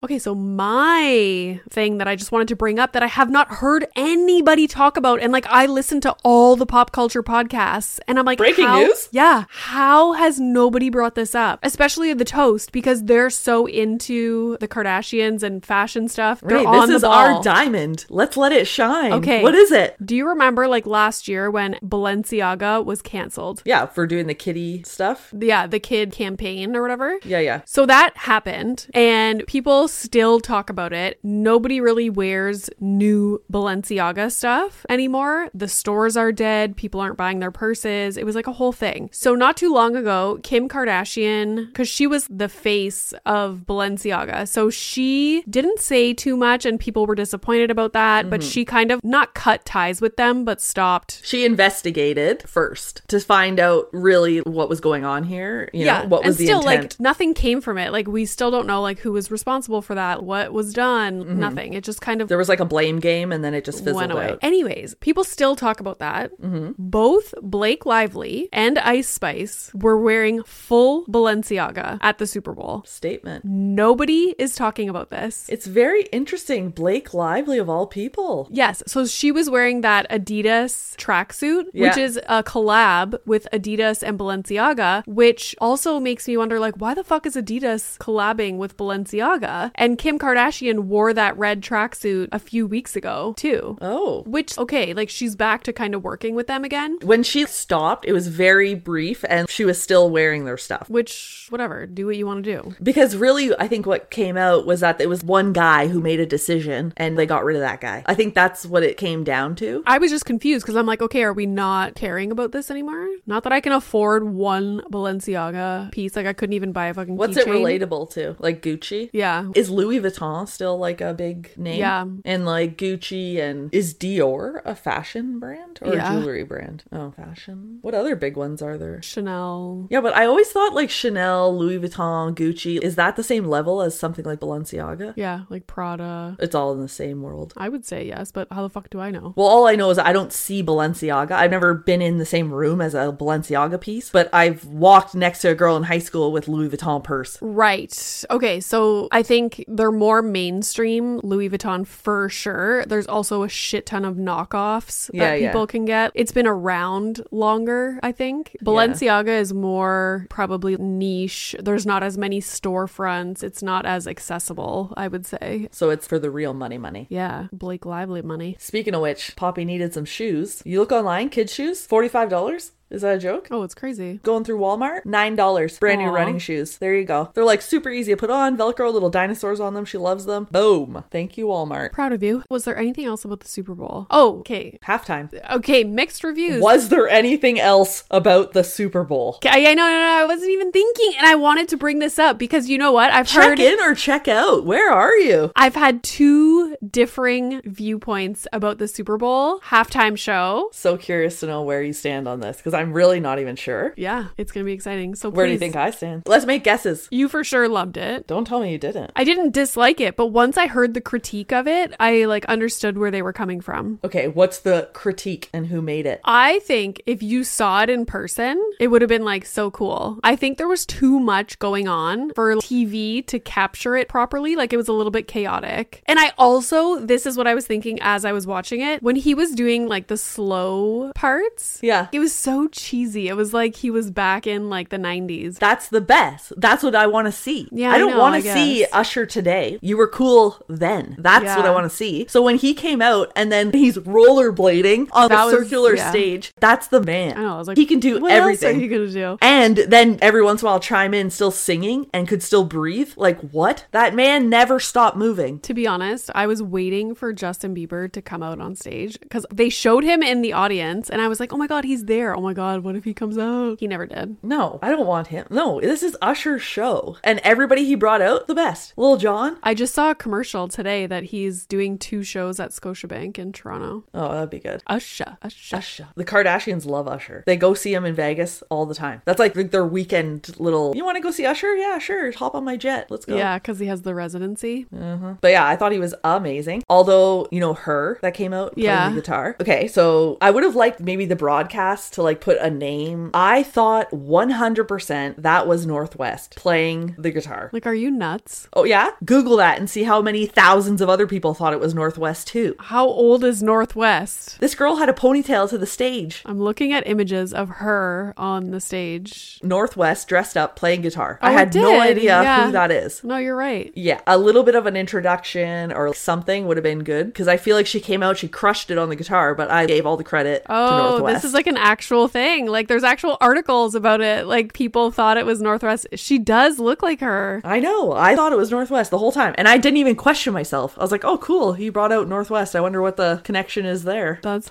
S1: Okay, so my thing that I just wanted to bring up that I have not heard anybody talk about, and like I listen to all the pop culture podcasts, and I'm like,
S2: Breaking
S1: how-
S2: news?
S1: Yeah, how has nobody brought this up? Especially the Toast because they're so into the Kardashians and fashion stuff. They're
S2: Hey,
S1: on
S2: this
S1: the
S2: is our
S1: ball.
S2: diamond. Let's let it shine.
S1: Okay.
S2: What is it?
S1: Do you remember like last year when Balenciaga was canceled?
S2: Yeah, for doing the kitty stuff.
S1: Yeah, the kid campaign or whatever.
S2: Yeah, yeah.
S1: So that happened, and people still talk about it. Nobody really wears new Balenciaga stuff anymore. The stores are dead. People aren't buying their purses. It was like a whole thing. So, not too long ago, Kim Kardashian, because she was the face of Balenciaga, so she didn't say too much, and people were disappointed about that, but she kind of not cut ties with them, but stopped.
S2: She investigated first to find out really what was going on here. You know, what
S1: and
S2: was the
S1: still
S2: intent?
S1: like nothing came from it. Like we still don't know like who was responsible for that, what was done, nothing. It just kind of
S2: there was like a blame game and then it just Mm-hmm. fizzled
S1: went away.
S2: out. Mm-hmm.
S1: Anyways, people still talk about that. Both Blake Lively and Ice Spice were wearing full Balenciaga at the Super Bowl.
S2: Statement.
S1: Nobody is talking about this.
S2: It's very interesting. Blake Lively, of all people.
S1: Yes. So she was wearing that Adidas tracksuit, which
S2: Yeah.
S1: is a collab with Adidas and Balenciaga, which also makes me wonder like, why the fuck is Adidas collabing with Balenciaga? And Kim Kardashian wore that red tracksuit a few weeks ago, too.
S2: Oh.
S1: Which, okay, like she's back to kind of working with them again,
S2: When she stopped, it was very brief and she was still wearing their stuff.
S1: which, whatever, do what you want to do.
S2: Because really, I think what came out was that it was one guy who made a decision and they got rid of that guy. I think that's what it came down to.
S1: I was just confused because I'm like, okay, are we not caring about this anymore? Not that I can afford one Balenciaga piece. Like, I couldn't even buy a fucking
S2: What's it
S1: keychain.
S2: relatable to? Like Gucci?
S1: Yeah,
S2: Is Louis Vuitton still like a big name?
S1: Yeah.
S2: And like Gucci and is Dior a fashion brand or
S1: Yeah.
S2: a jewelry brand? Oh, fashion. What other big ones are there?
S1: Chanel.
S2: Yeah, but I always thought like Chanel, Louis Vuitton, Gucci, is that the same level as something like Balenciaga?
S1: Yeah, like Prada.
S2: It's all in the same world.
S1: I would say yes, but how the fuck do I know?
S2: Well, all I know is I don't see Balenciaga. I've never been in the same room as a Balenciaga piece, but I've walked next to a girl in high school with Louis Vuitton purse.
S1: Right. Okay, so I think they're more mainstream Louis Vuitton for sure. There's also a shit ton of knockoffs
S2: Yeah,
S1: that
S2: yeah.
S1: people can get. It's been around longer, I think. Balenciaga is more probably niche. There's not as many storefronts. It's not as accessible, I would say.
S2: So it's for the real money money.
S1: Yeah, Blake Lively money.
S2: Speaking of which, Poppy needed some shoes. You look online, kid shoes, $45? Is that a joke?
S1: Oh, it's crazy.
S2: Going through Walmart, $9. Brand new
S1: Aw.
S2: running shoes. There you go. They're like super easy to put on, Velcro, little dinosaurs on them. She loves them. Boom. Thank you, Walmart.
S1: Proud of you. Was there anything else about the Super Bowl? Oh, okay.
S2: Halftime.
S1: Okay, mixed reviews.
S2: Was there anything else about the Super Bowl?
S1: Okay, I, I know, no, no, I wasn't even thinking, and I wanted to bring this up because you know what? I've
S2: Check
S1: heard
S2: in or check out? Where are you?
S1: I've had two differing viewpoints about the Super Bowl halftime show.
S2: So curious to know where you stand on this because I'm I'm really not even sure.
S1: Yeah, it's gonna be exciting. So
S2: Where do you
S1: please-
S2: think I stand? Let's make guesses.
S1: You for sure loved it.
S2: Don't tell me you didn't.
S1: I didn't dislike it, but once I heard the critique of it, I like understood where they were coming from.
S2: Okay, what's the critique and who made it?
S1: I think if you saw it in person, it would have been like so cool. I think there was too much going on for TV to capture it properly. Like it was a little bit chaotic. And I also, this is what I was thinking as I was watching it, when he was doing like the slow parts.
S2: Yeah.
S1: It was so cheesy. It was like he was back in like the 90s.
S2: That's the best. That's what I want to see.
S1: Yeah,
S2: I
S1: I
S2: don't
S1: know,
S2: want
S1: I
S2: to
S1: guess.
S2: see Usher today. You were cool then. That's what
S1: Yeah.
S2: I want to see. So when he came out and then he's rollerblading on
S1: That
S2: the
S1: was-
S2: circular
S1: yeah.
S2: stage, that's the man.
S1: I know. I was like,
S2: he can do
S1: what
S2: everything.
S1: What are you going to do?
S2: and then every once in a while chime in still singing and could still breathe. Like what? That man never stopped moving.
S1: To be honest, I was waiting for Justin Bieber to come out on stage because they showed him in the audience, and I was like, oh my God, he's there. Oh my God, what if he comes out? He never did.
S2: No, I don't want him. No, this is Usher's show. And everybody he brought out, the best. Lil John.
S1: I just saw a commercial today that he's doing two shows at Scotiabank in Toronto.
S2: Oh, that'd be good.
S1: Usha, Usha.
S2: Usher. The Kardashians love Usher. They go see him in Vegas all the time. That's like their weekend little. You want to go see Usher? Yeah, sure. Hop on my jet. Let's go.
S1: Yeah, because he has the residency.
S2: But yeah, I thought he was amazing. Although, you know, her that came out playing
S1: Yeah.
S2: the guitar. Okay, so I would have liked maybe the broadcast to like put a name. I thought 100% that was Northwest playing the guitar.
S1: Like, are you nuts?
S2: Oh yeah, Google that and see how many thousands of other people thought it was Northwest too.
S1: How old is Northwest?
S2: This girl had a ponytail to the stage.
S1: I'm looking at images of her on the stage.
S2: Northwest dressed up playing guitar. I
S1: Oh, it
S2: had no
S1: did,
S2: idea
S1: yeah.
S2: who that is.
S1: No, you're right.
S2: Yeah, a little bit of an introduction or something would have been good because I feel like she came out, she crushed it on the guitar, but I gave all the credit to
S1: Oh,
S2: Northwest.
S1: this is like an actual thing. Like there's actual articles about it. Like people thought it was Northwest. She does look like her.
S2: I know. I thought it was Northwest the whole time, and I didn't even question myself. I was like, "Oh, cool. He brought out Northwest. I wonder what the connection is there."
S1: That's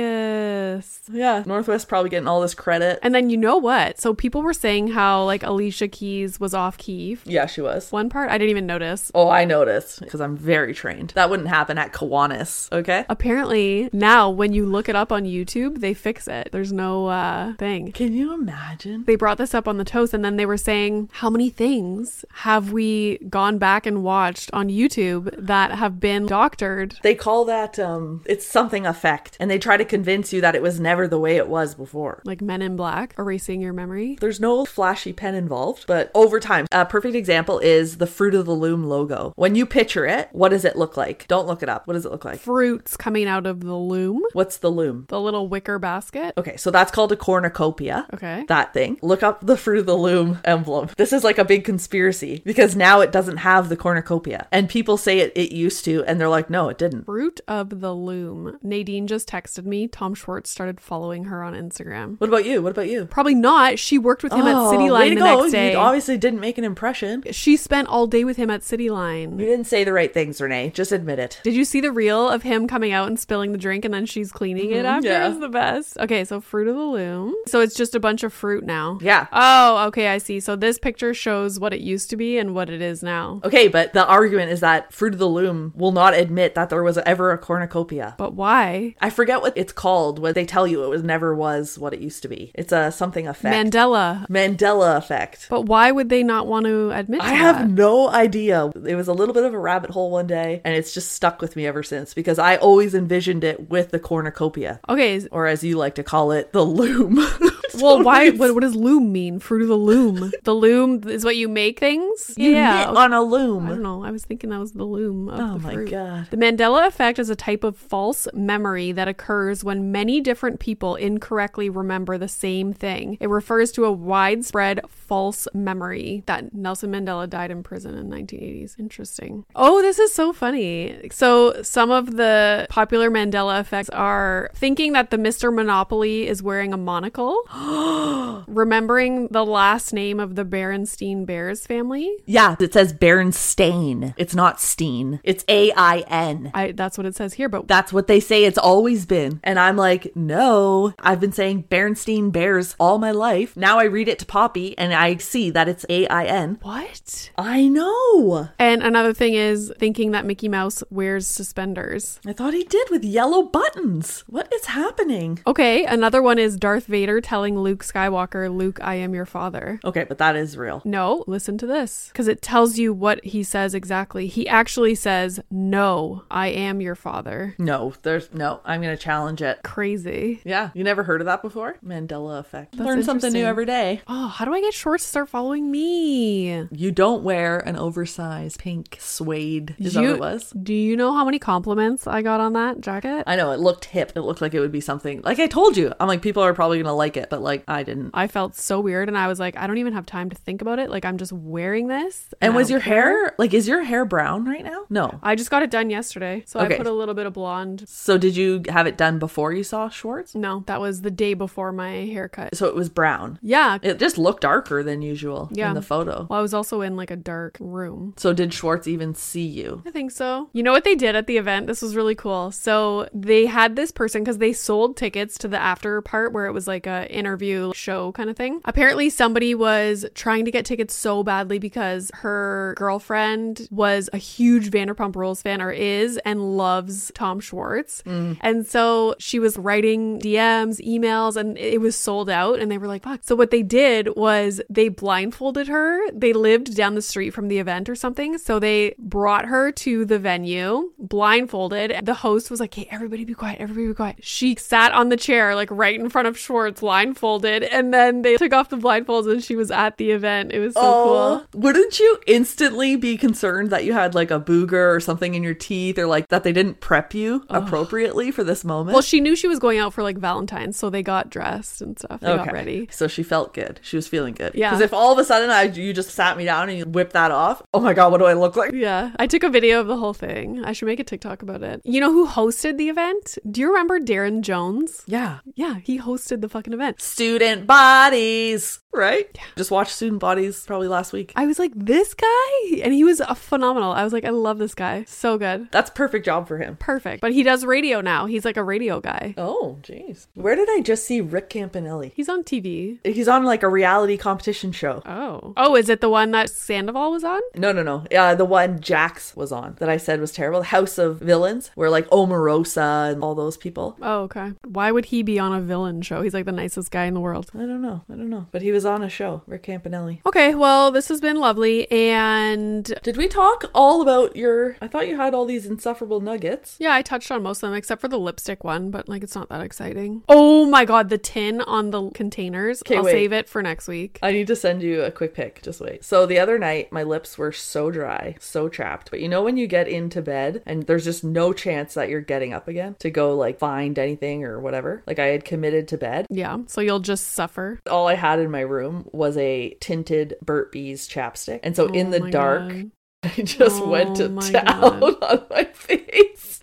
S1: hilarious.
S2: Yeah, Northwest probably getting all this credit.
S1: And then you know what? So people were saying how like Alicia Keys was off key.
S2: Yeah, she was.
S1: One part I didn't even notice.
S2: Oh, I noticed because I'm very trained. That wouldn't happen at Kiwanis. Okay.
S1: Apparently now when you look it up on YouTube, they fix it. There's no uh thing.
S2: Can you imagine?
S1: They brought this up on the toast and then they were saying how many things have we gone back and watched on YouTube that have been doctored
S2: They call that um it's something effect and they try to convince you that it was never the way it was before.
S1: like Men in Black, erasing your memory.
S2: There's no flashy pen involved, but over time, a perfect example is the Fruit of the Loom logo. When you picture it, what does it look like? Don't look it up. What does it look like?
S1: Fruits coming out of the loom,
S2: What's the loom?
S1: the little wicker basket.
S2: Okay, so that's called a cornucopia.
S1: Okay.
S2: That thing. Look up the Fruit of the Loom emblem. This is like a big conspiracy because now it doesn't have the cornucopia. And people say it, it used to, and they're like, no, it didn't.
S1: Fruit of the loom. Nadine just texted me. Tom Schwartz started following her on Instagram.
S2: What about you? What about you?
S1: Probably not. She worked with him at City
S2: Oh, way
S1: Line
S2: to
S1: the
S2: go.
S1: next day.
S2: You obviously didn't make an impression.
S1: she spent all day with him at City Line.
S2: You didn't say the right things, Renee. Just admit it.
S1: Did you see the reel of him coming out and spilling the drink and then she's cleaning it after?
S2: Mm-hmm. yeah.
S1: It was the best. Okay, so fruit of the loom. So it's just a bunch of fruit now.
S2: Yeah.
S1: Oh, okay, I see. So this picture shows what it used to be and what it is now.
S2: Okay, but the argument is that Fruit of the Loom will not admit that there was ever a cornucopia.
S1: But why?
S2: I forget what it's called when they tell you it was never was what it used to be. It's a something effect.
S1: Mandela.
S2: Mandela effect.
S1: But why would they not want to admit to
S2: I have
S1: that?
S2: no idea. It was a little bit of a rabbit hole one day, and it's just stuck with me ever since because I always envisioned it with the cornucopia,
S1: Okay. s-
S2: or as you like to call it, the loom. [LAUGHS]
S1: Well, why? What, what does loom mean? Fruit of the loom. the loom is what you make things.
S2: You
S1: yeah.
S2: knit on a
S1: I don't
S2: loom.
S1: know. I was thinking that was the loom of the
S2: Oh my
S1: fruit.
S2: God.
S1: The Mandela effect is a type of false memory that occurs when many different people incorrectly remember the same thing. It refers to a widespread false memory that Nelson Mandela died in prison in 1980s. Interesting. Oh, this is so funny. So some of the popular Mandela effects are thinking that the Mr. Monopoly is wearing a monocle. [GASPS] Remembering the last name of the Berenstein Bears family?
S2: Yeah, it says Berenstain. It's not Steen. It's A I N.
S1: I that's what it says here, but
S2: That's what they say it's always been. And I'm like, no, I've been saying Berenstein Bears all my life. Now I read it to Poppy and I see that it's A I N.
S1: what?
S2: I know.
S1: And another thing is thinking that Mickey Mouse wears suspenders.
S2: I thought he did with yellow buttons. What is happening?
S1: Okay, another one is Darth Vader telling Luke Skywalker, Luke, I am your father.
S2: Okay, but that is real.
S1: No, listen to this because it tells you what he says exactly. He actually says, No, I am your father.
S2: No, there's no, I'm going to challenge it.
S1: Crazy.
S2: Yeah, you never heard of that before? Mandela effect.
S1: That's
S2: Learn something new
S1: interesting.
S2: every day.
S1: Oh, how do I get shorts to start following me?
S2: You don't wear an oversized pink suede. Is that what it was?
S1: Do you know how many compliments I got on that jacket? I,
S2: I know it looked hip. It looked like it would be something. Like I told you, I'm like people are probably gonna like it, but like I didn't.
S1: felt so weird and I was like, I don't even have time to think about it. Like, I'm just wearing this.
S2: And
S1: I
S2: was
S1: don't
S2: your
S1: care.
S2: hair like? Is your hair brown right now? No.
S1: I just got it done yesterday. So
S2: Okay.
S1: I put a little bit of blonde.
S2: So did you have it done before you saw Schwartz?
S1: No, that was the day before my haircut.
S2: So it was brown.
S1: Yeah.
S2: It just looked darker than usual
S1: Yeah.
S2: in the photo.
S1: well, I was also in like a dark room.
S2: So did Schwartz even see you?
S1: I think so. You know what they did at the event? This was really cool. So they had this person because they sold tickets to the after part where it was like a interview show kind of thing. Apparently, somebody was trying to get tickets so badly because her girlfriend was a huge Vanderpump Rules fan or is and loves Tom Schwartz, and so she was writing DMs, emails, and it was sold out. And they were like, "Fuck!" So what they did was they blindfolded her. They lived down the street from the event or something. So they brought her to the venue blindfolded. The host was like, hey, everybody be quiet, everybody be quiet. She sat on the chair, like right in front of Schwartz, blindfolded. And then they took off the blindfolds and she was at the event. It was so cool.
S2: Wouldn't you instantly be concerned that you had like a booger or something in your teeth or like that they didn't prep you appropriately for this moment?
S1: Well, she knew she was going out for like Valentine's, so they got dressed and stuff. They got ready.
S2: So she felt good. She was feeling good.
S1: Yeah.
S2: Because if all of a sudden I, you just sat me down and you whipped that off, oh my God, what do I look like?
S1: Yeah, I took a video of the whole thing. I should make a TikTok about it. You know who hosted the event? Do you remember Darren Jones?
S2: Yeah.
S1: Yeah, he hosted the fucking event.
S2: Student bodies, right? Just watched Student Bodies probably last week.
S1: I was like, this guy? And he was uh, phenomenal. I was like, I love this guy. So good.
S2: That's perfect job for him.
S1: Perfect. But he does radio now. He's like a radio guy.
S2: Oh, jeez. Where did I just see Rick Campanelli?
S1: He's on TV.
S2: He's on like a reality competition show.
S1: Oh. Oh, is it the one that Sandoval was on?
S2: No, no, no. Uh, the one Jax was on that I said was terrible. The House of Villains, where like Omarosa and all those people.
S1: Oh, okay. Why would he be on a villain show? He's like the nicest guy in the world.
S2: I don't know. I don't know. But he was on a show, Rick Campanelli.
S1: Okay, well, this has been lovely. And
S2: Did we talk all about your? I thought you had all these insufferable nuggets.
S1: Yeah, I touched on most of them except for the lipstick one, but like it's not that exciting. Oh my god, the tin on the containers.
S2: 'Kay,
S1: I'll
S2: wait.
S1: save it for next week.
S2: I need to send you a quick pic. Just wait. So the other night, my lips were so dry, so chapped. But you know when you get into bed and there's just no chance that you're getting up again to go like find anything or whatever. Like I had committed to bed.
S1: yeah, so you'll just suffer.
S2: All I had in my room was a tinted Burt Bees chapstick, and so in
S1: Oh
S2: the
S1: my
S2: dark,
S1: God.
S2: [LAUGHS] I just went
S1: Oh
S2: to
S1: my
S2: town [LAUGHS] on my face.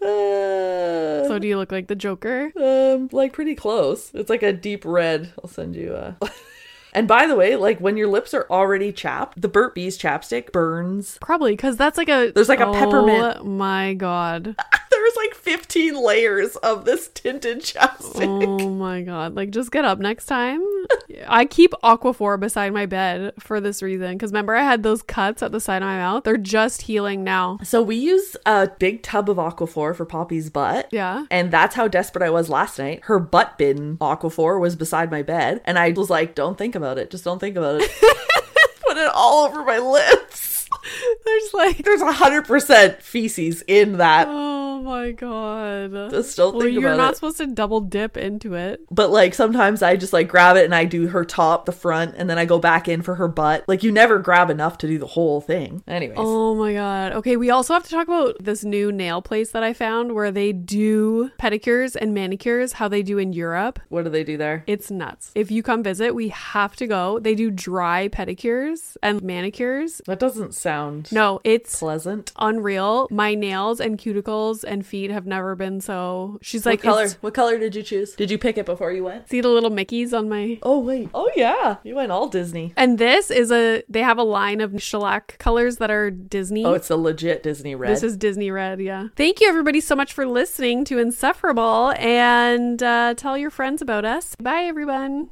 S2: Uh, [LAUGHS]
S1: So do you look like the Joker?
S2: Um, like pretty close. It's like a deep red. I'll send you a. [LAUGHS] and by the way, like when your lips are already chapped, the Burt Bees chapstick burns. [LAUGHS]
S1: Probably because that's like a
S2: There's like a
S1: oh,
S2: peppermint.
S1: My
S2: [LAUGHS]
S1: God,
S2: There's like 15 layers of this tinted [LAUGHS] chapstick.
S1: oh my God! Like just get up next
S2: [LAUGHS]
S1: time. I keep Aquaphor beside my bed for this reason because remember I had those cuts at the side of my mouth. They're just healing now.
S2: So we use a big tub of Aquaphor for Poppy's butt.
S1: Yeah. [LAUGHS]
S2: And that's how desperate I was last night. Her butt bin Aquaphor was beside my bed, and I was like, "Don't think about it. Just don't think about it." [LAUGHS] Put it all over my lips.
S1: There's like,
S2: There's hundred percent feces in that.
S1: oh my God.
S2: Just don't
S1: Well,
S2: think
S1: you're
S2: about
S1: not
S2: it.
S1: supposed to double dip into it.
S2: But like sometimes I just like grab it and I do her top, the front, and then I go back in for her butt. Like you never grab enough to do the whole thing. Anyways.
S1: Oh my god. Okay, we also have to talk about this new nail place that I found where they do pedicures and manicures how they do in Europe.
S2: What do they do there?
S1: It's nuts. If you come visit, we have to go. They do dry pedicures and manicures.
S2: That doesn't sound
S1: No, it's
S2: pleasant.
S1: unreal. My nails and cuticles and feet have never been so. She's
S2: What
S1: like,
S2: color?
S1: it's-
S2: What color did you choose? Did you pick it before you went?
S1: see the little Mickeys on my.
S2: Oh wait. Oh yeah. You went all Disney.
S1: And this is a. They have a line of shellac colors that are Disney.
S2: Oh, it's a legit Disney red.
S1: This is Disney Red, yeah. Thank you, everybody, so much for listening to Insufferable and uh, tell your friends about us. Bye, everyone.